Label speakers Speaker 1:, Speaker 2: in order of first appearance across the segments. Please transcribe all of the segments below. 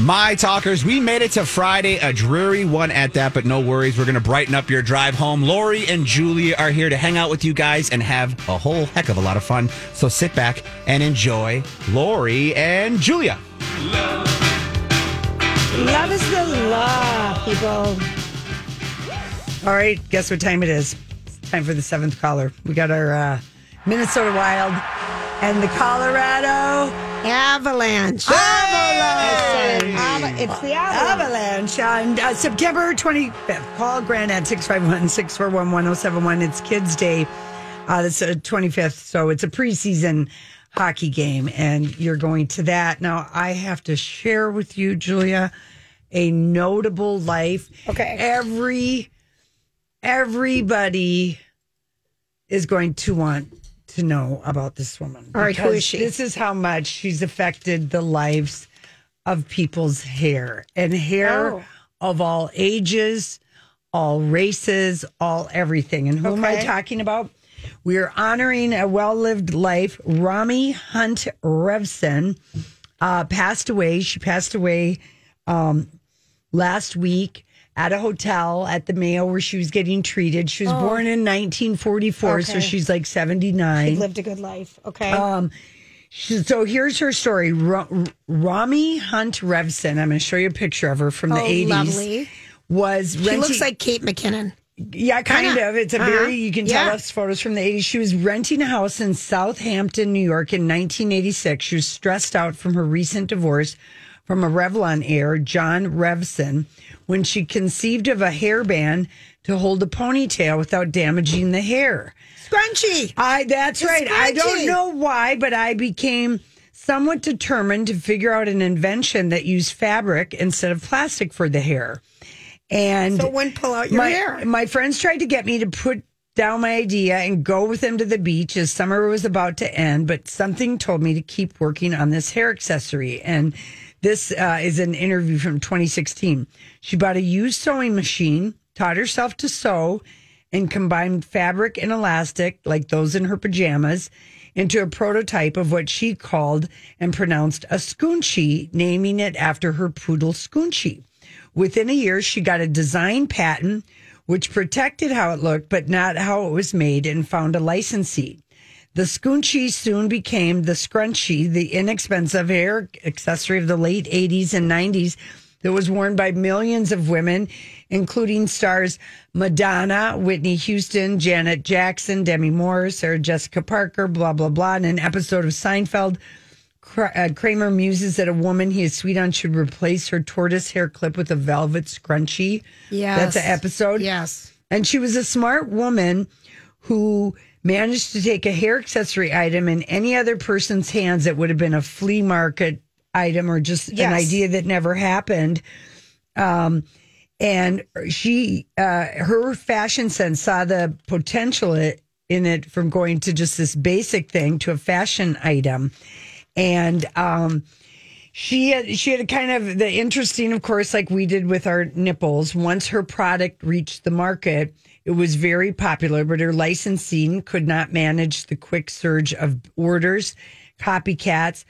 Speaker 1: My talkers, we made it to Friday, a dreary one at that, but no worries. We're going to brighten up your drive home. Lori and Julie are here to hang out with you guys and have a whole heck of a lot of fun. So sit back and enjoy Lori and Julia.
Speaker 2: Love is the law, people. All right, guess what time it is? It's time for the seventh caller. We got our uh, Minnesota Wild and the Colorado Avalanche. Avalanche!
Speaker 3: Ava- it's the Avalanche.
Speaker 2: Avalanche on uh, September 25th. Call Grant at 651 641 1071. It's Kids Day. Uh, it's the 25th, so it's a preseason hockey game, and you're going to that. Now, I have to share with you, Julia, a notable life.
Speaker 3: Okay.
Speaker 2: Every, everybody is going to want to know about this woman.
Speaker 3: All right, who
Speaker 2: because
Speaker 3: is she?
Speaker 2: This is how much she's affected the lives of people's hair and hair
Speaker 3: Oh.
Speaker 2: of all ages, all races, all everything. And who am I
Speaker 3: Okay.
Speaker 2: talking about? We are honoring a well lived life. Rami Hunt Revson uh, passed away. She passed away um, last week at a hotel at the Mayo where she was getting treated. She was born in 1944, so
Speaker 3: Oh. Okay.
Speaker 2: she's like 79.
Speaker 3: She lived a good life. Okay.
Speaker 2: Um, She- so here's her story. Ra- Rami Hunt Revson, I'm going to show you a picture of her from the
Speaker 3: Oh,
Speaker 2: 80s.
Speaker 3: lovely.
Speaker 2: Was
Speaker 3: she
Speaker 2: renting,
Speaker 3: looks like Kate McKinnon.
Speaker 2: yeah, kind
Speaker 3: kinda.
Speaker 2: of. It's a
Speaker 3: Uh-huh.
Speaker 2: very you can tell
Speaker 3: Yeah.
Speaker 2: us photos from the 80s. She was renting a house in Southampton, New York in 1986. She was stressed out from her recent divorce from a Revlon heir, John Revson, when she conceived of a hairband to hold a ponytail without damaging the hair.
Speaker 3: Scrunchy.
Speaker 2: I that's
Speaker 3: It's
Speaker 2: right. I don't
Speaker 3: scratchy.
Speaker 2: know why, but I became somewhat determined to figure out an invention that used fabric instead of plastic for the hair. And
Speaker 3: So it wouldn't pull out your
Speaker 2: my,
Speaker 3: hair.
Speaker 2: My friends tried to get me to put down my idea and go with them to the beach as summer was about to end, but something told me to keep working on this hair accessory. And this uh, is an interview from 2016. She bought a used sewing machine, taught herself to sew, and combined fabric and elastic, like those in her pajamas, into a prototype of what she called and pronounced a scoonchie, naming it after her poodle Scoonchie. Within a year, she got a design patent which protected how it looked, but not how it was made, and found a licensee. The scoochie soon became the scrunchie, the inexpensive hair accessory of the late 80s and 90s that was worn by millions of women, including stars Madonna, Whitney Houston, Janet Jackson, Demi Moore, Sarah Jessica Parker, blah, blah, blah. In an episode of Seinfeld, Kra- uh, Kramer muses that a woman he is sweet on should replace her tortoise hair clip with a velvet scrunchie. That's an
Speaker 3: Yes.
Speaker 2: episode.
Speaker 3: Yes.
Speaker 2: And she was a smart woman who managed to take a hair accessory item in any other person's hands that would have been a flea market item or just an
Speaker 3: Yes.
Speaker 2: idea that never happened. Um, and she, uh, her fashion sense saw the potential i- in it from going to just this basic thing to a fashion item. And, um, she had she had a kind of the interesting, of course, like we did with our nipples. Once her product reached the market, it was very popular, but her licensing could not manage the quick surge of orders, copycats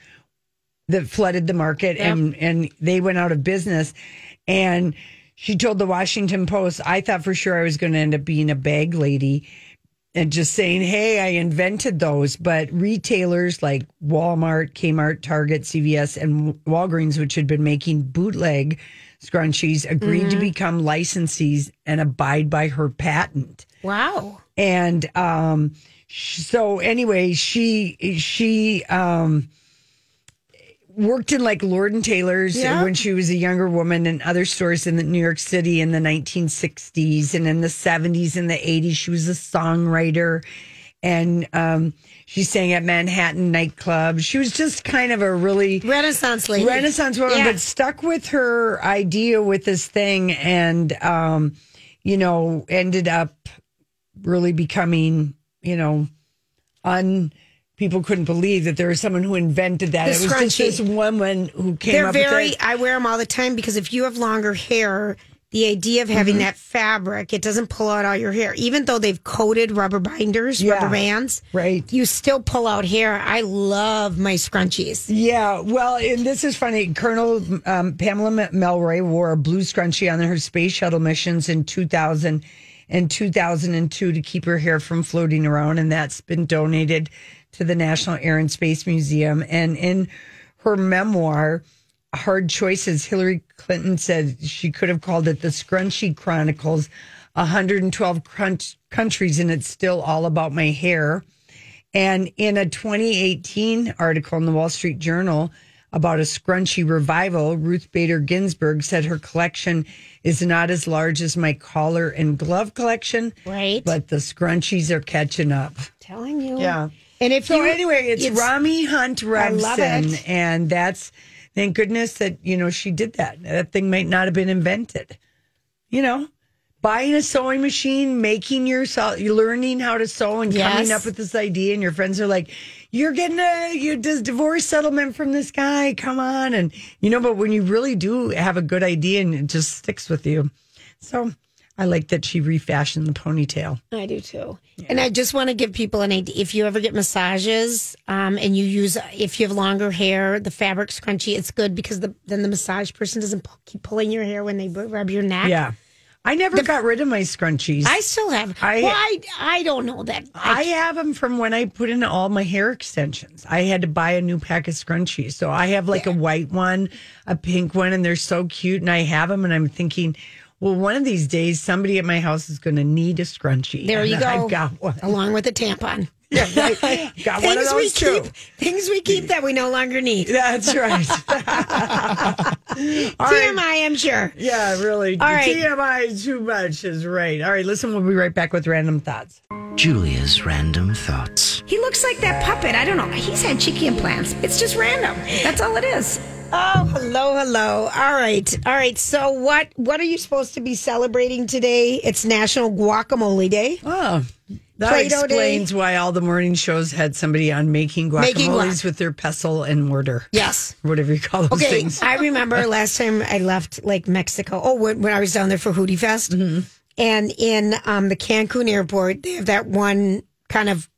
Speaker 2: that flooded the market, and and they went out of business. And she told the Washington Post, "I thought for sure I was going to end up being a bag lady." and just saying, hey, I invented those. But retailers like Walmart, Kmart, Target, CVS, and Walgreens, which had been making bootleg scrunchies, agreed to become licensees and abide by her patent.
Speaker 3: Wow.
Speaker 2: And um, sh- so, anyway, she she um, worked in like Lord and Taylor's
Speaker 3: Yeah.
Speaker 2: when she was a younger woman, and other stores in the New York City in the 1960s and in the 70s and the 80s. She was a songwriter, and um, she sang at Manhattan nightclub. She was just kind of a really
Speaker 3: Renaissance lady.
Speaker 2: Renaissance woman,
Speaker 3: Yeah.
Speaker 2: but stuck with her idea with this thing and, um, you know, ended up really becoming, you know, un. People couldn't believe that there was someone who invented that.
Speaker 3: The
Speaker 2: it was just
Speaker 3: scrunchie.
Speaker 2: this woman who came
Speaker 3: They're
Speaker 2: up
Speaker 3: very.
Speaker 2: with it.
Speaker 3: I wear them all the time because if you have longer hair, the idea of having
Speaker 2: Mm-hmm.
Speaker 3: that fabric, it doesn't pull out all your hair. Even though they've coated rubber binders,
Speaker 2: Yeah.
Speaker 3: rubber bands,
Speaker 2: Right.
Speaker 3: You still pull out hair. I love my scrunchies.
Speaker 2: Yeah, well, and this is funny. Colonel um, Pamela M- Melroy wore a blue scrunchie on her space shuttle missions in 2000 and 2002 to keep her hair from floating around, and that's been donated to the National Air and Space Museum. And in her memoir, Hard Choices, Hillary Clinton said she could have called it the Scrunchie Chronicles, 112 crunch- countries, and it's still all about my hair. And in a 2018 article in the Wall Street Journal about a scrunchy revival, Ruth Bader Ginsburg said her collection is not as large as my collar and glove collection,
Speaker 3: Right.
Speaker 2: but the scrunchies are catching up.
Speaker 3: telling you.
Speaker 2: Yeah.
Speaker 3: And if
Speaker 2: So
Speaker 3: you
Speaker 2: anyway, it's, Rami Hunt
Speaker 3: love
Speaker 2: Revson,
Speaker 3: it.
Speaker 2: and that's thank goodness that you know she did that. That thing might not have been invented, you know. Buying a sewing machine, making yourself, you're learning how to sew, and coming
Speaker 3: Yes.
Speaker 2: up with this idea, and your friends are like, "You're getting a you this divorce settlement from this guy. Come on!" And you know, but when you really do have a good idea and it just sticks with you, so I like that she refashioned the ponytail.
Speaker 3: I do too. And I just want to give people an idea. If you ever get massages um, and you use, if you have longer hair, the fabric scrunchie, it's good because the, then the massage person doesn't pull, keep pulling your hair when they bu- rub your neck.
Speaker 2: Yeah, I never got rid of my scrunchies.
Speaker 3: I still have.
Speaker 2: I-
Speaker 3: I, well, I, I don't know that.
Speaker 2: I have them from when I put in all my hair extensions. I had to buy a new pack of scrunchies. So I have like a white one, a pink one, and they're so cute. And I have them, and I'm thinking, well, one of these days, somebody at my house is going to need a scrunchie.
Speaker 3: there
Speaker 2: And
Speaker 3: you go.
Speaker 2: I've got one.
Speaker 3: Along with a tampon.
Speaker 2: Yeah, right. got one of
Speaker 3: things we
Speaker 2: those too.
Speaker 3: keep, things we keep that we no longer need.
Speaker 2: That's right. all
Speaker 3: TMI,
Speaker 2: right.
Speaker 3: I'm sure.
Speaker 2: Yeah, really.
Speaker 3: All right.
Speaker 2: TMI is too much is right. All right, listen, we'll be right back with random thoughts.
Speaker 4: Julia's random thoughts.
Speaker 5: He looks like that puppet. I don't know. He's had cheeky implants. It's just random. That's all it is.
Speaker 3: Oh, hello, hello. All right. All right. So what what are you supposed to be celebrating today? It's National Guacamole Day.
Speaker 2: Oh, that
Speaker 3: Play-Doh day.
Speaker 2: explains why all the morning shows had somebody on making guacamoles
Speaker 3: Making guac.
Speaker 2: with their pestle and mortar,
Speaker 3: Yes.
Speaker 2: whatever you call those
Speaker 3: Okay.
Speaker 2: things.
Speaker 3: I remember last time I left like Mexico. Oh, when, when I was down there for Hootie Fest.
Speaker 2: Mm-hmm.
Speaker 3: And in um, the Cancun airport, they have that one kind of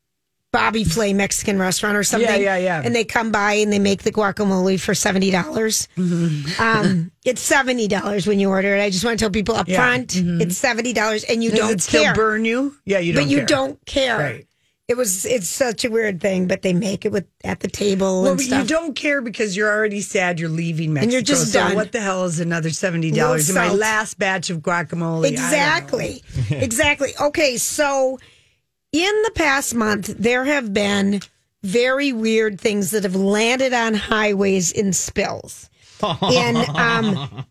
Speaker 3: Bobby Flay Mexican restaurant or something.
Speaker 2: yeah, yeah.
Speaker 3: And they come by and they make the guacamole for $70. dollars
Speaker 2: Mm-hmm.
Speaker 3: Um, it's $70 when you order it. I just want to tell people up front, it's $70 and you
Speaker 2: Does
Speaker 3: don't
Speaker 2: Mm-hmm. it still
Speaker 3: care.
Speaker 2: burn you? Yeah, you don't.
Speaker 3: but you
Speaker 2: care.
Speaker 3: don't care.
Speaker 2: Right.
Speaker 3: It was it's such a weird thing, but they make it with at the table
Speaker 2: Well,
Speaker 3: and
Speaker 2: but
Speaker 3: stuff.
Speaker 2: you don't care because you're already sad you're leaving Mexico.
Speaker 3: you're just
Speaker 2: so
Speaker 3: done.
Speaker 2: What the hell is another seventy dollars in my
Speaker 3: Little salt.
Speaker 2: last batch of guacamole? I don't know.
Speaker 3: exactly, exactly. Okay, so in the past month, there have been very weird things that have landed on highways in spills. In um,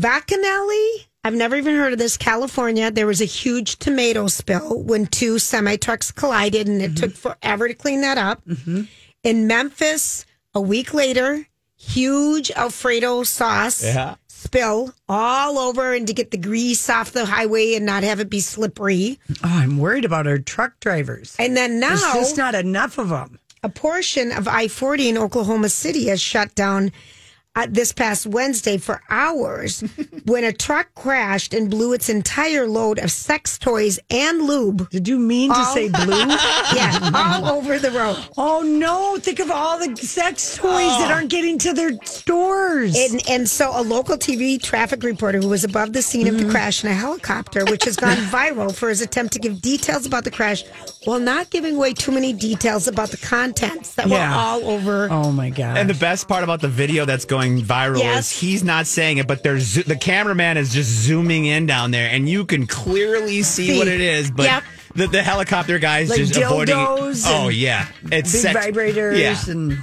Speaker 3: Vacanelli, I've never even heard of this. California, there was a huge tomato spill when two semi trucks collided, and it took forever to clean that up. In Memphis, a week later, huge Alfredo sauce spill all over, and to get the grease off the highway and not have it be slippery.
Speaker 2: Oh, I'm worried about our truck drivers.
Speaker 3: And then now,
Speaker 2: There's just not enough of them.
Speaker 3: a portion of I 40 in Oklahoma City has shut down uh, this past Wednesday for hours when a truck crashed and blew its entire load of sex toys and lube.
Speaker 2: Did you mean to
Speaker 3: All-
Speaker 2: say blue?
Speaker 3: Yeah, all over the road.
Speaker 2: oh no! Think of all the sex toys
Speaker 3: Oh.
Speaker 2: that aren't getting to their stores.
Speaker 3: And, and so a local TV traffic reporter who was above the scene
Speaker 1: Mm-hmm.
Speaker 3: of the crash in a helicopter, which has gone viral for his attempt to give details about the crash while not giving away too many details about the contents that
Speaker 2: Yeah.
Speaker 3: were all over.
Speaker 2: oh my god!
Speaker 1: And the best part about the video that's going viral
Speaker 3: Yes.
Speaker 1: is he's not saying it, but there's zo- the cameraman is just zooming in down there, and you can clearly see,
Speaker 3: See.
Speaker 1: what it is. But
Speaker 3: Yep.
Speaker 1: the, the helicopter guys
Speaker 2: Like
Speaker 1: just avoiding.
Speaker 2: dildos
Speaker 1: oh
Speaker 2: and
Speaker 1: yeah, it's
Speaker 2: Big
Speaker 1: sex-
Speaker 2: vibrators
Speaker 1: Yeah.
Speaker 2: and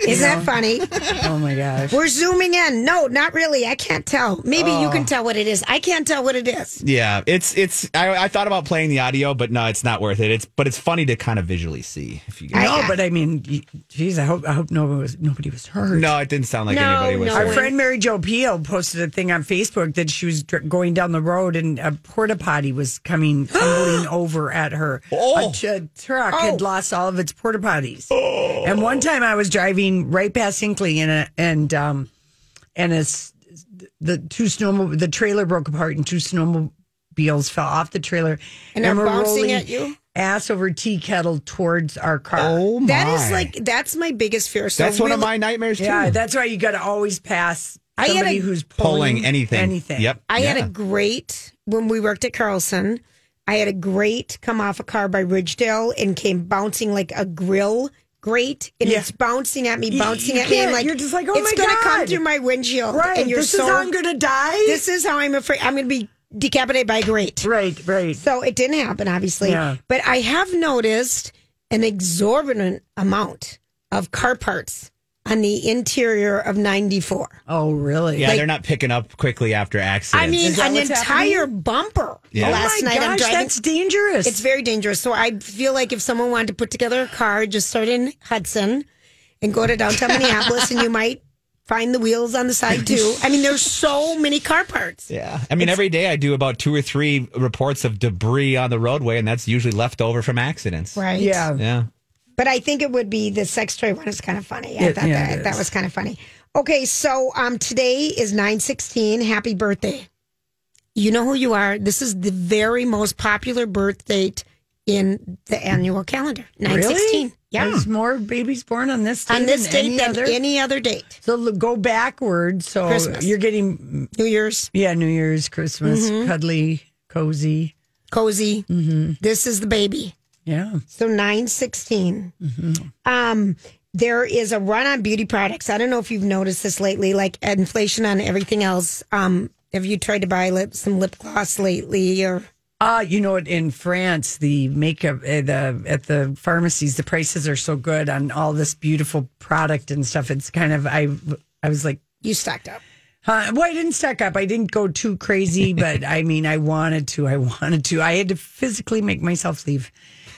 Speaker 3: Isn't that funny?
Speaker 2: Oh my gosh.
Speaker 3: We're zooming in. No, not really. I can't tell. Maybe
Speaker 1: Oh.
Speaker 3: you can tell what it is. I can't tell what it is.
Speaker 1: Yeah, it's it's. I, I thought about playing the audio, but no, it's not worth it. It's but it's funny to kind of visually see if you. Get
Speaker 2: No, but I mean, geez, I hope I hope nobody was nobody was hurt.
Speaker 1: No, it didn't sound like
Speaker 3: No,
Speaker 1: anybody was.
Speaker 3: no.
Speaker 2: Our
Speaker 1: hurt.
Speaker 2: friend Mary Jo Peel posted a thing on Facebook that she was dr- going down the road and a porta potty was coming tumbling over at her.
Speaker 1: Oh.
Speaker 2: A ch- truck
Speaker 3: Oh.
Speaker 2: had lost all of its porta potties. And one time I was driving right past Hinkley and a, and um and as the two snowmo the trailer broke apart and two snowmobiles fell off the trailer
Speaker 3: And are bouncing at you?
Speaker 2: ass over tea kettle towards our car.
Speaker 1: Oh my!
Speaker 3: That is like that's my biggest fear. So
Speaker 1: that's one of
Speaker 3: we'll-
Speaker 1: my nightmares too.
Speaker 2: Yeah, that's why you got to always pass
Speaker 3: I had
Speaker 2: somebody
Speaker 3: a-
Speaker 2: who's pulling,
Speaker 1: polling anything.
Speaker 2: Anything.
Speaker 1: Yep.
Speaker 3: I had
Speaker 1: Yeah.
Speaker 3: a great when we worked at Carlson. I had a great come off a car by Ridgedale and came bouncing like a grill grate, and
Speaker 2: Yeah.
Speaker 3: it's bouncing at me, bouncing
Speaker 2: you
Speaker 3: at me, and
Speaker 2: can't.
Speaker 3: like
Speaker 2: You're just like, oh
Speaker 3: it's
Speaker 2: my
Speaker 3: gonna come
Speaker 2: God.
Speaker 3: through my windshield,
Speaker 2: Right.
Speaker 3: And you're
Speaker 2: this
Speaker 3: so
Speaker 2: is how I'm gonna die.
Speaker 3: this is how I'm afraid I'm going to be decapitated by a grate.
Speaker 2: right. Right.
Speaker 3: So it didn't happen, obviously.
Speaker 2: Yeah.
Speaker 3: But I have noticed an exorbitant amount of car parts on the interior of 94.
Speaker 2: oh, really?
Speaker 1: Yeah,
Speaker 3: like-
Speaker 1: they're not picking up quickly after accidents.
Speaker 3: I mean,
Speaker 2: Is that
Speaker 3: an
Speaker 2: what's
Speaker 3: entire bumper
Speaker 1: Yeah. Oh
Speaker 3: last
Speaker 2: oh my
Speaker 3: night.
Speaker 2: gosh,
Speaker 3: I'm driving.
Speaker 2: that's dangerous.
Speaker 3: it's very dangerous. So I feel like if someone wanted to put together a car, just start in Hudson and go to downtown Minneapolis, and you might find the wheels on the side too. I mean, there's so many car parts.
Speaker 1: yeah. I mean, every day I do about two or three reports of debris on the roadway, and that's usually left over from accidents.
Speaker 3: Right.
Speaker 2: yeah.
Speaker 1: Yeah.
Speaker 3: But I think it would be the sex toy one is kind of funny. I
Speaker 2: It-
Speaker 3: thought
Speaker 2: yeah,
Speaker 3: that,
Speaker 2: it
Speaker 3: that
Speaker 2: is.
Speaker 3: was kind of funny. Okay, so um, today is 916. Happy birthday. You know who you are. This is the very most popular birth date in the annual calendar. 916.
Speaker 2: Really?
Speaker 3: Yeah. Hmm.
Speaker 2: There's more babies born on this date
Speaker 3: On this
Speaker 2: than
Speaker 3: date
Speaker 2: any
Speaker 3: than
Speaker 2: other.
Speaker 3: any other date.
Speaker 2: so l- go backwards. So
Speaker 3: Christmas.
Speaker 2: you're getting
Speaker 3: New Year's,
Speaker 2: yeah, New Year's, Christmas,
Speaker 3: Mm-hmm.
Speaker 2: cuddly, cozy.
Speaker 3: cozy.
Speaker 2: Mm-hmm.
Speaker 3: This is the baby.
Speaker 2: Yeah.
Speaker 3: So 916.
Speaker 2: Mm-hmm.
Speaker 3: Um, there is a run on beauty products. I don't know if you've noticed this lately, like inflation on everything else. Um, have you tried to buy lip, some lip gloss lately or
Speaker 2: Ah, you know what? In France, the makeup uh, the at the pharmacies, the prices are so good on all this beautiful product and stuff. It's kind of I I was like,
Speaker 3: you stocked up?
Speaker 2: huh? Well, I didn't stack up. I didn't go too crazy, but I mean, I wanted to. I wanted to. I had to physically make myself leave.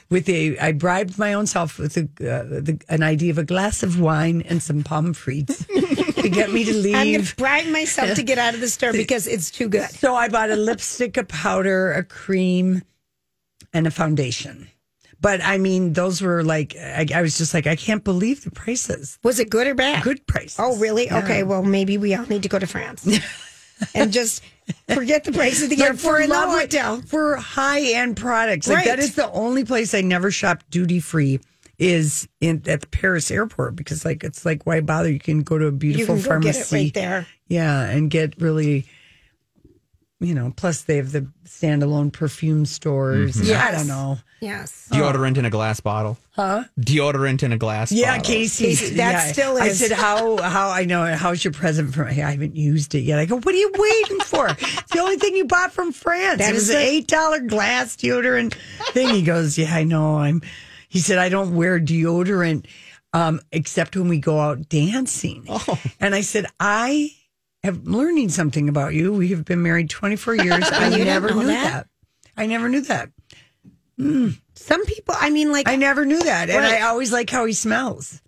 Speaker 2: With a, I bribed my own self with a, uh, the, an idea of a glass of wine and some palm frites to get me to leave.
Speaker 3: I'm going to bribe myself to get out of the store because it's too good.
Speaker 2: So I bought a lipstick, a powder, a cream, and a foundation. But I mean, those were like, I, I was just like, I can't believe the prices.
Speaker 3: Was it good or bad?
Speaker 2: Good prices.
Speaker 3: Oh, really? Okay. Well, maybe we all need to go to France and just forget the price of the
Speaker 2: Like
Speaker 3: airport
Speaker 2: for
Speaker 3: and the
Speaker 2: love,
Speaker 3: hotel.
Speaker 2: for high end products. Like that
Speaker 3: Right.
Speaker 2: is the only place I never shop duty free is in at the Paris airport because like it's like why bother? You can go to a
Speaker 3: You
Speaker 2: beautiful
Speaker 3: can go
Speaker 2: pharmacy.
Speaker 3: get it right there.
Speaker 2: Yeah, and get really, you know. Plus they have the standalone perfume stores. I
Speaker 3: Yes.
Speaker 2: don't know.
Speaker 3: Yes.
Speaker 1: Deodorant in a glass bottle. Huh? Deodorant in a glass
Speaker 2: Yeah,
Speaker 1: bottle.
Speaker 2: Casey.
Speaker 3: Casey, that
Speaker 2: Yeah.
Speaker 3: still
Speaker 2: I
Speaker 3: is-
Speaker 2: said, how, how, I know, how's your present from, I haven't used it yet. I go, what are you waiting for? it's the only thing you bought from France.
Speaker 3: That
Speaker 2: it
Speaker 3: is
Speaker 2: was an $8 glass deodorant thing. He goes, yeah, I know. I'm, he said, I don't wear deodorant, um, except when we go out dancing.
Speaker 3: Oh.
Speaker 2: And I said, I am learning something about you. We have been married 24 years. I
Speaker 3: You didn't
Speaker 2: never
Speaker 3: know
Speaker 2: knew
Speaker 3: that?
Speaker 2: that. I never knew that.
Speaker 3: Some people, I mean, like,
Speaker 2: I never knew that. And
Speaker 3: Right.
Speaker 2: I always like how he smells.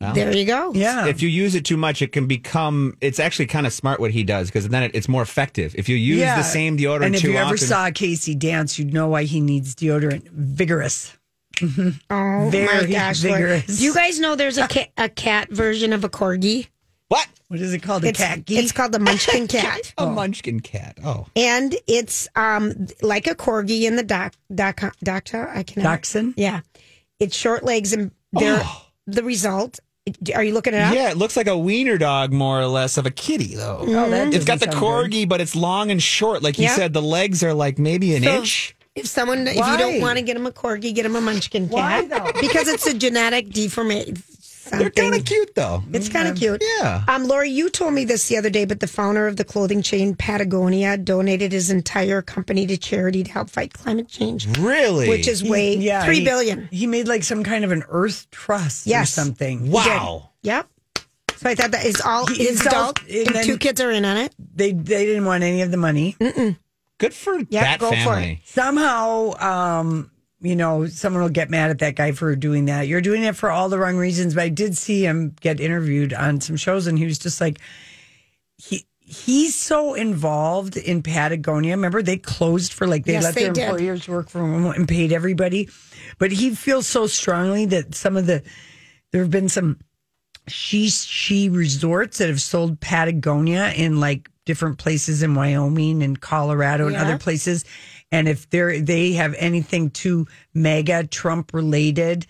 Speaker 3: there you go.
Speaker 2: Yeah.
Speaker 1: If you use it too much, it can become. It's actually kind of smart what he does because then it, it's more effective. If you use the same deodorant
Speaker 2: And if
Speaker 1: too
Speaker 2: you ever
Speaker 1: often-
Speaker 2: saw Casey dance, you'd know why he needs deodorant. Vigorous.
Speaker 3: Oh my
Speaker 2: Very
Speaker 3: gosh! Lord.
Speaker 2: vigorous.
Speaker 3: Do you guys know there's a ca- a cat version of a corgi?
Speaker 1: what?
Speaker 2: What is it called? A
Speaker 3: It's,
Speaker 2: cat geek?
Speaker 3: it's called the Munchkin cat,
Speaker 1: A munchkin cat. Oh,
Speaker 3: and it's um like a corgi in the doc doc doctor. I can
Speaker 2: Dachshund?
Speaker 3: Yeah, it's short legs, and they're
Speaker 2: Oh.
Speaker 3: the result. Are you looking it up?
Speaker 1: yeah. It looks like a wiener dog, more or less, of a kitty though.
Speaker 2: Oh, that
Speaker 1: It's got the
Speaker 2: doesn't sound
Speaker 1: corgi,
Speaker 2: good.
Speaker 1: but it's long and short. Like you
Speaker 3: Yeah.
Speaker 1: said, the legs are like maybe an
Speaker 3: So-
Speaker 1: inch.
Speaker 3: If someone, if
Speaker 2: Why?
Speaker 3: you don't want to get him a corgi, get him a Munchkin
Speaker 2: Why,
Speaker 3: cat.
Speaker 2: though?
Speaker 3: Because it's a genetic deformation.
Speaker 1: They're kind of cute though.
Speaker 3: It's kind of cute.
Speaker 1: Yeah.
Speaker 3: Um, Lori, you told me this the other day, but the founder of the clothing chain Patagonia donated his entire company to charity to help fight climate change,
Speaker 1: Really?
Speaker 3: which is way
Speaker 2: Yeah,
Speaker 3: three
Speaker 2: he-
Speaker 3: billion.
Speaker 2: He made like some kind of an earth trust
Speaker 3: Yes.
Speaker 2: or something.
Speaker 1: wow.
Speaker 3: Yep. So I thought that is all
Speaker 2: He-
Speaker 3: his
Speaker 2: he's all-
Speaker 3: adult.
Speaker 2: and
Speaker 3: and
Speaker 2: then-
Speaker 3: two kids are in on it.
Speaker 2: They they didn't want any of the money.
Speaker 1: Good for that
Speaker 3: go for it.
Speaker 1: family.
Speaker 2: somehow um you know someone will get mad at that guy for doing that you're doing it for all the wrong reasons but i did see him get interviewed on some shows and he was just like he he's so involved in patagonia remember they closed for like they
Speaker 3: Yes,
Speaker 2: let
Speaker 3: they
Speaker 2: their
Speaker 3: did.
Speaker 2: employers work from home and paid everybody but he feels so strongly that some of the there have been some she she resorts that have sold Patagonia in like different places in Wyoming and Colorado and other places. And if they're they have anything too mega Trump related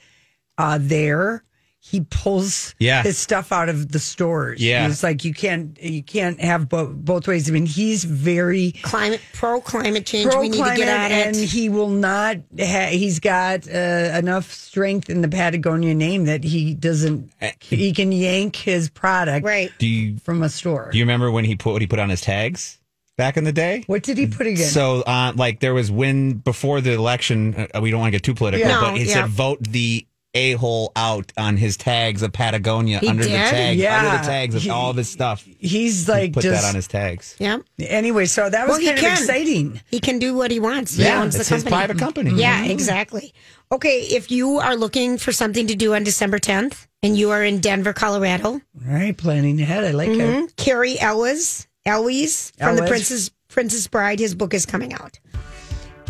Speaker 2: uh there, he pulls
Speaker 1: Yeah.
Speaker 2: his stuff out of the stores.
Speaker 1: Yeah.
Speaker 2: And it's like you can't you can't have bo- both ways. I mean, he's very
Speaker 3: Climate pro climate change.
Speaker 2: pro
Speaker 3: we need to
Speaker 2: climate
Speaker 3: get on
Speaker 2: and
Speaker 3: it.
Speaker 2: he will not ha- he's got uh, enough strength in the Patagonia name that he doesn't he can yank his product
Speaker 3: Right.
Speaker 1: Do you
Speaker 2: from a store.
Speaker 1: do you remember when he put what he put on his tags back in the day?
Speaker 2: what did he put again?
Speaker 1: So, uh, like, there was when before the election. Uh, we don't want to get too political,
Speaker 3: Yeah.
Speaker 1: but he
Speaker 3: No, yeah.
Speaker 1: said vote the a hole out on his tags of Patagonia
Speaker 3: He
Speaker 1: under the
Speaker 3: did?
Speaker 1: tags, under
Speaker 2: Yeah.
Speaker 1: the tags of
Speaker 2: He-
Speaker 1: all of his stuff.
Speaker 2: he's like
Speaker 1: Put
Speaker 2: just
Speaker 1: that on his tags.
Speaker 3: Yeah.
Speaker 2: anyway. So that was
Speaker 3: Well, he
Speaker 2: kind of
Speaker 3: can.
Speaker 2: exciting.
Speaker 3: He can do what he wants. he
Speaker 1: Yeah,
Speaker 3: owns the
Speaker 1: it's his
Speaker 3: company.
Speaker 1: private company.
Speaker 3: Yeah, exactly. Okay, if you are looking for something to do on December 10th and you are in Denver, Colorado,
Speaker 2: All right, planning ahead. I like it.
Speaker 3: Mm-hmm. Carrie Ellis, Ellis from the
Speaker 2: Elwes.
Speaker 3: Princess Princess Bride, his book is coming out.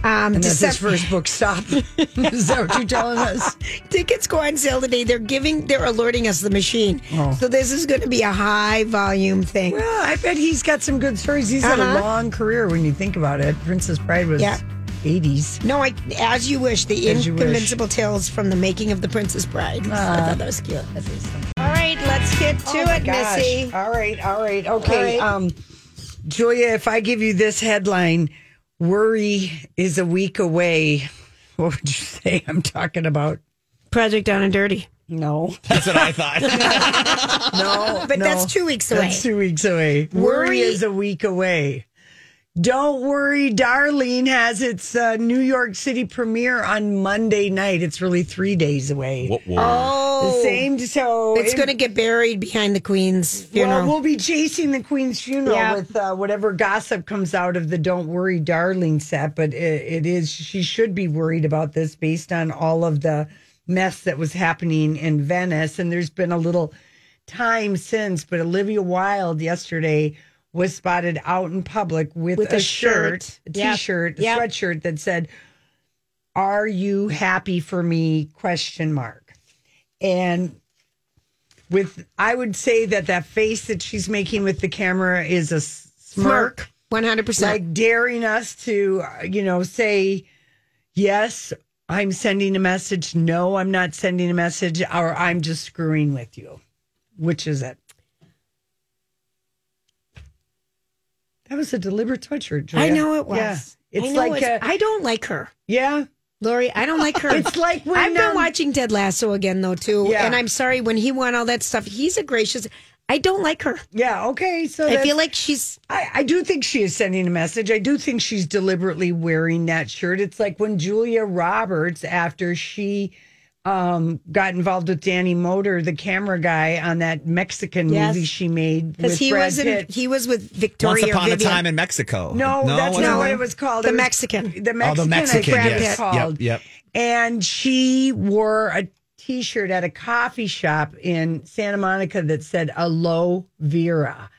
Speaker 3: Um,
Speaker 2: And that's his
Speaker 3: Decem-
Speaker 2: first book. Stop. Is that what you're telling us?
Speaker 3: tickets go on sale today. They're giving, they're alerting us the machine. So this is going to be a high volume thing.
Speaker 2: Oh. Well, I bet he's got some good stories. He's had
Speaker 3: Uh-huh.
Speaker 2: a long career when you think about it. Princess Bride was
Speaker 3: Yeah.
Speaker 2: 80s.
Speaker 3: No, I as you wish. The
Speaker 2: As You Wish. Ah.
Speaker 3: inconvincible tales from the making of the Princess Bride. I thought that was cute. All right, let's get to
Speaker 2: Oh my
Speaker 3: it,
Speaker 2: gosh.
Speaker 3: Missy.
Speaker 2: All right, all right, okay.
Speaker 3: All right.
Speaker 2: Um, Julia, if I give you this headline, "Worry is a week away," what would you say? I'm talking about
Speaker 3: Project Down and Dirty.
Speaker 2: no,
Speaker 1: That's what I thought.
Speaker 2: no,
Speaker 3: But
Speaker 2: no.
Speaker 3: that's two weeks away.
Speaker 2: That's two weeks away. Worry,
Speaker 3: Worry-
Speaker 2: is a week away. Don't worry, Darlene has its uh, New York City premiere on Monday night. It's really three days away.
Speaker 1: Whoa, whoa.
Speaker 3: Oh,
Speaker 2: The same, so
Speaker 3: It's
Speaker 2: in-
Speaker 3: going to get buried behind the Queen's funeral.
Speaker 2: Well, we'll be chasing the Queen's funeral
Speaker 3: Yeah.
Speaker 2: with uh, whatever gossip comes out of the "Don't Worry, Darling" set. But it, it is she should be worried about this based on all of the mess that was happening in Venice, and there's been a little time since. But Olivia Wilde yesterday was spotted out in public with,
Speaker 3: With
Speaker 2: a,
Speaker 3: a
Speaker 2: shirt,
Speaker 3: shirt.
Speaker 2: a
Speaker 3: Yep.
Speaker 2: t-shirt, a
Speaker 3: Yep.
Speaker 2: sweatshirt that said "Are you happy for me?" question mark and with I would say that that face that she's making with the camera is a s- smirk,
Speaker 3: One hundred percent.
Speaker 2: like daring us to, uh, you know, say yes, I'm sending a message. No, I'm not sending a message, or I'm just screwing with you. Which is it? That was a deliberate sweatshirt. Julia.
Speaker 3: I know it was.
Speaker 2: Yeah.
Speaker 3: I
Speaker 2: It's
Speaker 3: know
Speaker 2: like
Speaker 3: it's-
Speaker 2: a,
Speaker 3: I don't like her,
Speaker 2: yeah.
Speaker 3: Lori. I don't like her.
Speaker 2: It's like when
Speaker 3: I've been
Speaker 2: um,
Speaker 3: watching Ted Lasso again though too,
Speaker 2: Yeah.
Speaker 3: and I'm sorry when he won all that stuff. He's a gracious. I don't like her.
Speaker 2: Yeah. Okay. So
Speaker 3: I
Speaker 2: that's-
Speaker 3: feel like she's
Speaker 2: I, I do think she is sending a message. I do think she's deliberately wearing that shirt. It's like when Julia Roberts, after she um, got involved with Danny Motor, the camera guy on that Mexican
Speaker 3: Yes.
Speaker 2: movie she made
Speaker 3: because
Speaker 2: with
Speaker 3: he
Speaker 2: Brad
Speaker 3: was in,
Speaker 2: Pitt.
Speaker 3: he was with Victoria.
Speaker 1: Once upon a
Speaker 3: Vivian.
Speaker 1: time in Mexico.
Speaker 2: no, that's
Speaker 1: wasn't
Speaker 2: not what
Speaker 1: it?
Speaker 2: it was called.
Speaker 3: The
Speaker 2: It was-
Speaker 3: Mexican.
Speaker 2: The
Speaker 1: Oh,
Speaker 2: Mexican.
Speaker 1: the Mexican.
Speaker 2: I think
Speaker 3: Brad
Speaker 2: it's
Speaker 3: Pitt.
Speaker 1: Yes. Yep.
Speaker 2: called.
Speaker 1: Yep.
Speaker 2: And she wore a T-shirt at a coffee shop in Santa Monica that said "Aloe Vera."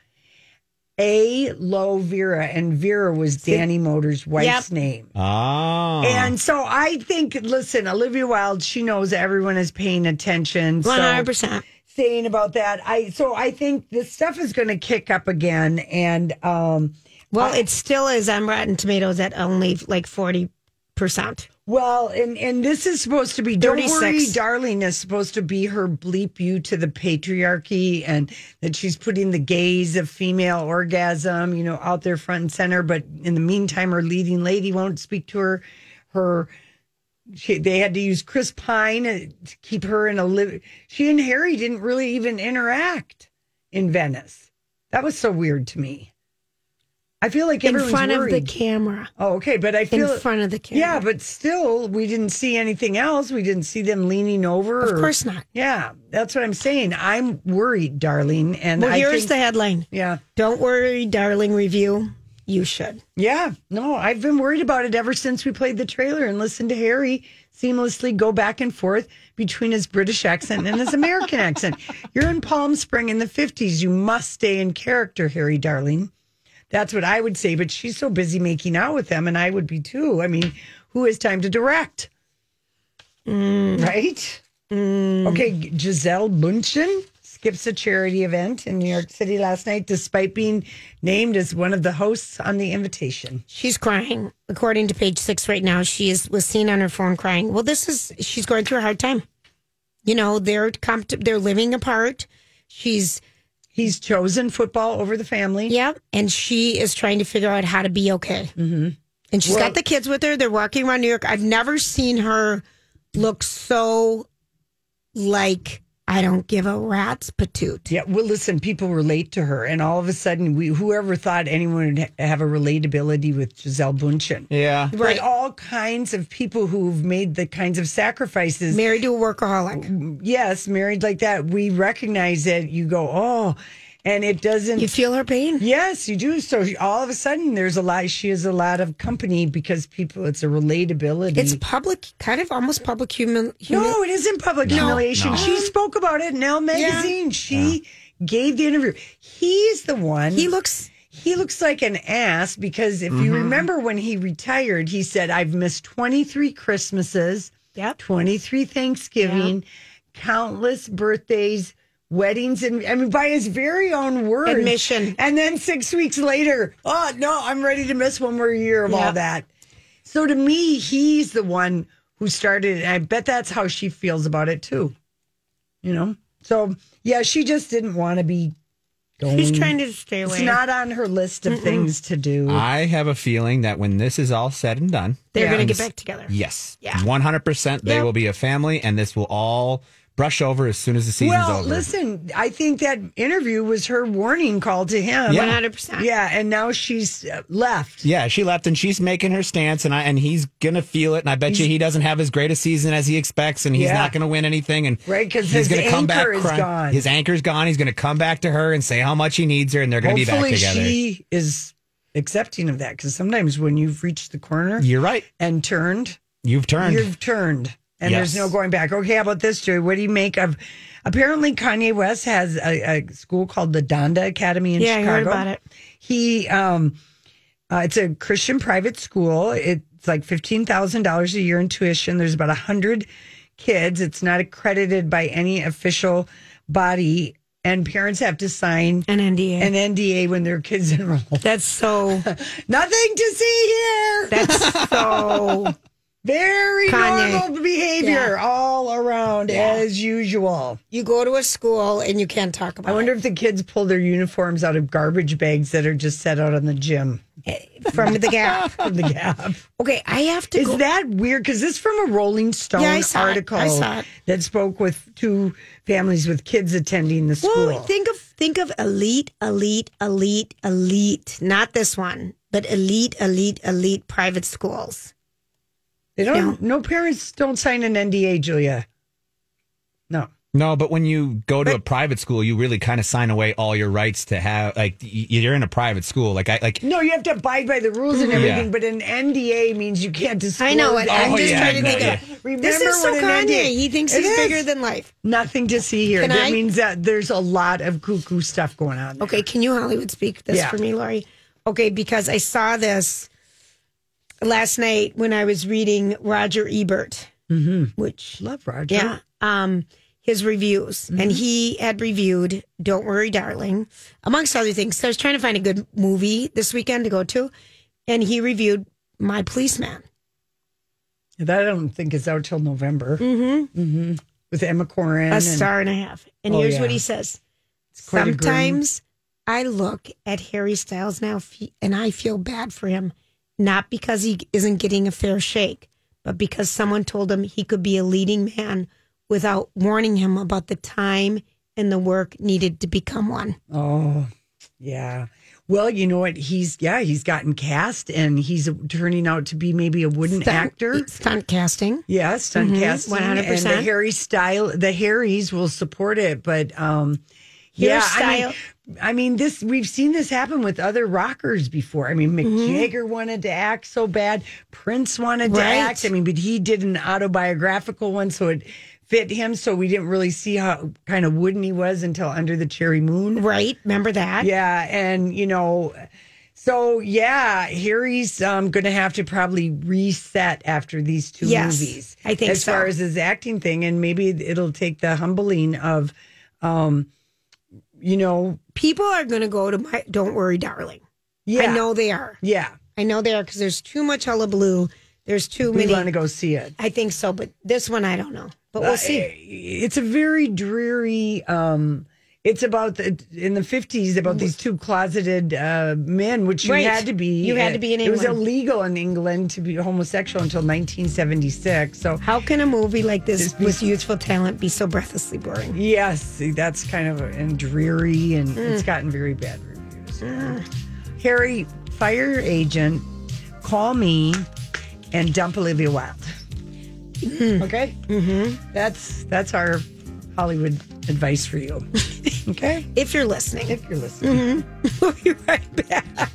Speaker 2: A Low Vera, and Vera was Danny Motor's wife's name.
Speaker 1: Oh.
Speaker 2: And so I think, listen, Olivia Wilde, she knows everyone is paying attention.
Speaker 3: One
Speaker 2: So
Speaker 3: hundred percent.
Speaker 2: saying about that, I so I think this stuff is going to kick up again, and um,
Speaker 3: Well, it still is on Rotten Tomatoes at only like forty percent.
Speaker 2: Well, and and this is supposed to be don't
Speaker 3: 36.
Speaker 2: worry, darling is supposed to be her bleep you to the patriarchy, and that she's putting the gaze of female orgasm, you know, out there front and center. But in the meantime, her leading lady won't speak to her. Her, she, they had to use Chris Pine uh, to keep her in a live. She and Harry didn't really even interact in Venice. That was so weird to me. I feel like
Speaker 3: in
Speaker 2: everyone's
Speaker 3: front
Speaker 2: worried.
Speaker 3: of the camera.
Speaker 2: Oh, okay, but I
Speaker 3: In
Speaker 2: feel
Speaker 3: front of the camera.
Speaker 2: Yeah, but still, we didn't see anything else. We didn't see them leaning over.
Speaker 3: Of
Speaker 2: or-
Speaker 3: course not.
Speaker 2: Yeah, that's what I'm saying. I'm worried, darling. And
Speaker 3: Well,
Speaker 2: I
Speaker 3: here's
Speaker 2: think-
Speaker 3: the headline.
Speaker 2: yeah,
Speaker 3: Don't worry, darling. Review. You should.
Speaker 2: yeah. No, I've been worried about it ever since we played the trailer and listened to Harry seamlessly go back and forth between his British accent and his American accent. You're in Palm Spring in the '50s. You must stay in character, Harry, darling. That's what I would say. But she's so busy making out with them, and I would be too. I mean, who has time to direct? Right? Okay, Giselle Bunchen skips a charity event in New York City last night despite being named as one of the hosts on the invitation.
Speaker 3: She's crying. According to page six right now, she is was seen on her phone crying. Well, this is she's going through a hard time. You know, they're compt- they're living apart. She's
Speaker 2: He's chosen football over the family.
Speaker 3: yeah, and she is trying to figure out how to be okay. Mm-hmm. And she's got the kids with her. They're walking around New York. I've never seen her look so like I don't give a rat's patoot.
Speaker 2: Yeah, well, listen, people relate to her, and all of a sudden, we whoever thought anyone would ha- have a relatability with Giselle Bunchen.
Speaker 1: Yeah.
Speaker 2: Right. all kinds of people who've made the kinds of sacrifices.
Speaker 3: Married to a workaholic.
Speaker 2: yes, married like that, we recognize it. You go, oh, and it doesn't.
Speaker 3: You feel her pain?
Speaker 2: Mm-hmm. Yes, you do. So all of a sudden, there's a lot. She has a lot of company because people. It's a relatability.
Speaker 3: It's public, kind of almost public human. human
Speaker 2: no, it isn't public humiliation. She spoke about it in Elle magazine. She gave the interview. He's the one.
Speaker 3: He looks
Speaker 2: he looks like an ass because if you remember when he retired, he said, "I've missed 23 Christmases,
Speaker 3: Yep.
Speaker 2: 23 Thanksgiving, countless birthdays." Weddings and I mean by his very own words
Speaker 3: Admission.
Speaker 2: and then six weeks later, oh no, I'm ready to miss one more year of all
Speaker 3: Yep.
Speaker 2: that. So to me, he's the one who started, and I bet that's how she feels about it too. You know, so yeah, she just didn't want to be.
Speaker 3: She's trying to stay away.
Speaker 2: It's not on her list of things to do.
Speaker 1: I have a feeling that when this is all said and done,
Speaker 3: They're going to get back together.
Speaker 1: yes,
Speaker 3: Yeah.
Speaker 1: 100% they
Speaker 3: Yeah.
Speaker 1: will be a family and this will all brush over as soon as the season's
Speaker 2: well,
Speaker 1: over.
Speaker 2: listen, I think that interview was her warning call to him.
Speaker 1: Yeah.
Speaker 3: 100%.
Speaker 2: Yeah, and now she's uh, left.
Speaker 1: Yeah, she left and she's making her stance and I and he's gonna feel it and I bet you he doesn't have as great a season as he expects and he's
Speaker 2: Yeah.
Speaker 1: not gonna win anything and
Speaker 2: Right, 'cause
Speaker 1: he's
Speaker 2: his
Speaker 1: gonna come back
Speaker 2: anchor is
Speaker 1: crying.
Speaker 2: gone.
Speaker 1: His anchor's gone. He's gonna come back to her and say how much he needs her and they're gonna
Speaker 2: Hopefully,
Speaker 1: be back together.
Speaker 2: she is accepting of that because sometimes when you've reached the corner
Speaker 1: You're right.
Speaker 2: and turned,
Speaker 1: You've turned.
Speaker 2: You've turned, and there's
Speaker 1: Yes.
Speaker 2: no going back. Okay, how about this, Joey? What do you make of? Apparently, Kanye West has a, a school called the Donda Academy in
Speaker 3: Yeah, I
Speaker 2: Chicago.
Speaker 3: heard about it.
Speaker 2: He, um, uh, it's a Christian private school. It's like fifteen thousand dollars a year in tuition. There's about a hundred kids. It's not accredited by any official body, and parents have to sign
Speaker 3: An NDA.
Speaker 2: an NDA when their kids enroll.
Speaker 3: that's so.
Speaker 2: Nothing to see here.
Speaker 3: That's so.
Speaker 2: Very
Speaker 3: Kanye.
Speaker 2: normal behavior all around as usual.
Speaker 3: You go to a school and you can't talk about.
Speaker 2: I wonder if the kids pull their uniforms out of garbage bags that are just set out on the gym
Speaker 3: it from the gap.
Speaker 2: from the gap.
Speaker 3: Okay, I have to.
Speaker 2: Is
Speaker 3: go.
Speaker 2: that weird? Because this is from a Rolling Stone
Speaker 3: Yeah, I saw it.
Speaker 2: article
Speaker 3: I saw it.
Speaker 2: that spoke with two families with kids attending the school.
Speaker 3: Well, think of think of elite, elite, elite, elite. Not this one, but elite, elite, elite private schools.
Speaker 2: they don't. No parents don't sign an NDA, Julia. No.
Speaker 1: No, but when you go to a private school, you really kind of sign away all your rights to have like y- you're in a private school. Like I like
Speaker 2: No, you have to abide by the rules and everything,
Speaker 1: Yeah.
Speaker 2: but an NDA means you can't disclose.
Speaker 3: Mm-hmm. I know it. I'm
Speaker 1: Oh,
Speaker 3: just
Speaker 1: yeah,
Speaker 3: trying to
Speaker 1: no,
Speaker 3: think
Speaker 1: yeah.
Speaker 3: of.
Speaker 2: Remember
Speaker 3: This is so
Speaker 2: what an NDA
Speaker 3: Kanye. He thinks
Speaker 2: It
Speaker 3: he's bigger
Speaker 2: is.
Speaker 3: than life.
Speaker 2: Nothing to see here.
Speaker 3: Can
Speaker 2: that
Speaker 3: I-
Speaker 2: means that there's a lot of cuckoo stuff going on. there.
Speaker 3: Okay, can you Hollywood speak this
Speaker 2: Yeah.
Speaker 3: for me, Lori? Okay, because I saw this last night when I was reading Roger Ebert,
Speaker 2: Mm-hmm.
Speaker 3: which
Speaker 2: Love Roger.
Speaker 3: yeah, um, his reviews, and
Speaker 2: Mm-hmm.
Speaker 3: he had reviewed "Don't Worry, Darling," amongst other things. So I was trying to find a good movie this weekend to go to, and he reviewed "My Policeman."
Speaker 2: That I don't think is out till November. Mm-hmm. Mm-hmm. With Emma Corrin.
Speaker 3: Mm. a
Speaker 2: and-
Speaker 3: star and a half. And
Speaker 2: Oh,
Speaker 3: here's what
Speaker 2: yeah.
Speaker 3: he says.
Speaker 2: quite a grin.
Speaker 3: Sometimes I look at Harry Styles now fe- and I feel bad for him, not because he isn't getting a fair shake, but because someone told him he could be a leading man without warning him about the time and the work needed to become one.
Speaker 2: Oh, yeah. Well, you know what? He's yeah, he's gotten cast, and he's turning out to be maybe a wooden actor.
Speaker 3: stunt Mm-hmm. casting.
Speaker 2: Yes, stunt casting.
Speaker 3: 100%.
Speaker 2: And the Harry style, the Harrys will support it, but um,
Speaker 3: Your
Speaker 2: yeah,
Speaker 3: style-
Speaker 2: I mean, I mean, this we've seen this happen with other rockers before. I mean, Mick
Speaker 3: Mm-hmm.
Speaker 2: Jagger wanted to act so bad, Prince wanted to
Speaker 3: Right.
Speaker 2: act. I mean, but he did an autobiographical one, so it fit him. So we didn't really see how kind of wooden he was until Under the Cherry Moon.
Speaker 3: Right. Remember that?
Speaker 2: Yeah, and you know, so yeah, Harry's um, going to have to probably reset after these two
Speaker 3: Yes,
Speaker 2: movies.
Speaker 3: I think
Speaker 2: as
Speaker 3: so.
Speaker 2: far as his acting thing, and maybe it'll take the humbling of, um, you know,
Speaker 3: People are going to go to my Don't Worry, Darling.
Speaker 2: yeah,
Speaker 3: I know they are.
Speaker 2: yeah,
Speaker 3: I know they are because there's too much hullabaloo. There's too
Speaker 2: we
Speaker 3: many.
Speaker 2: want to go see it.
Speaker 3: I think so, but this one I don't know. But we'll
Speaker 2: eh.
Speaker 3: see.
Speaker 2: It's a very dreary. Um, it's about the, in the fifties about these two closeted uh, men, which you
Speaker 3: Right.
Speaker 2: had to be.
Speaker 3: You had to be in
Speaker 2: It was
Speaker 3: England.
Speaker 2: illegal in England to be homosexual until 1976. So
Speaker 3: How can a movie like this
Speaker 2: Just be-
Speaker 3: with youthful talent be so breathlessly boring?
Speaker 2: Yes, see, that's kind of a, and dreary, and it's gotten very bad reviews. Harry, fire agent, call me and dump Olivia Wilde. Okay, mm-hmm. that's that's our Hollywood advice for you. okay,
Speaker 3: If you're listening,
Speaker 2: if you're listening.
Speaker 3: we'll be right back.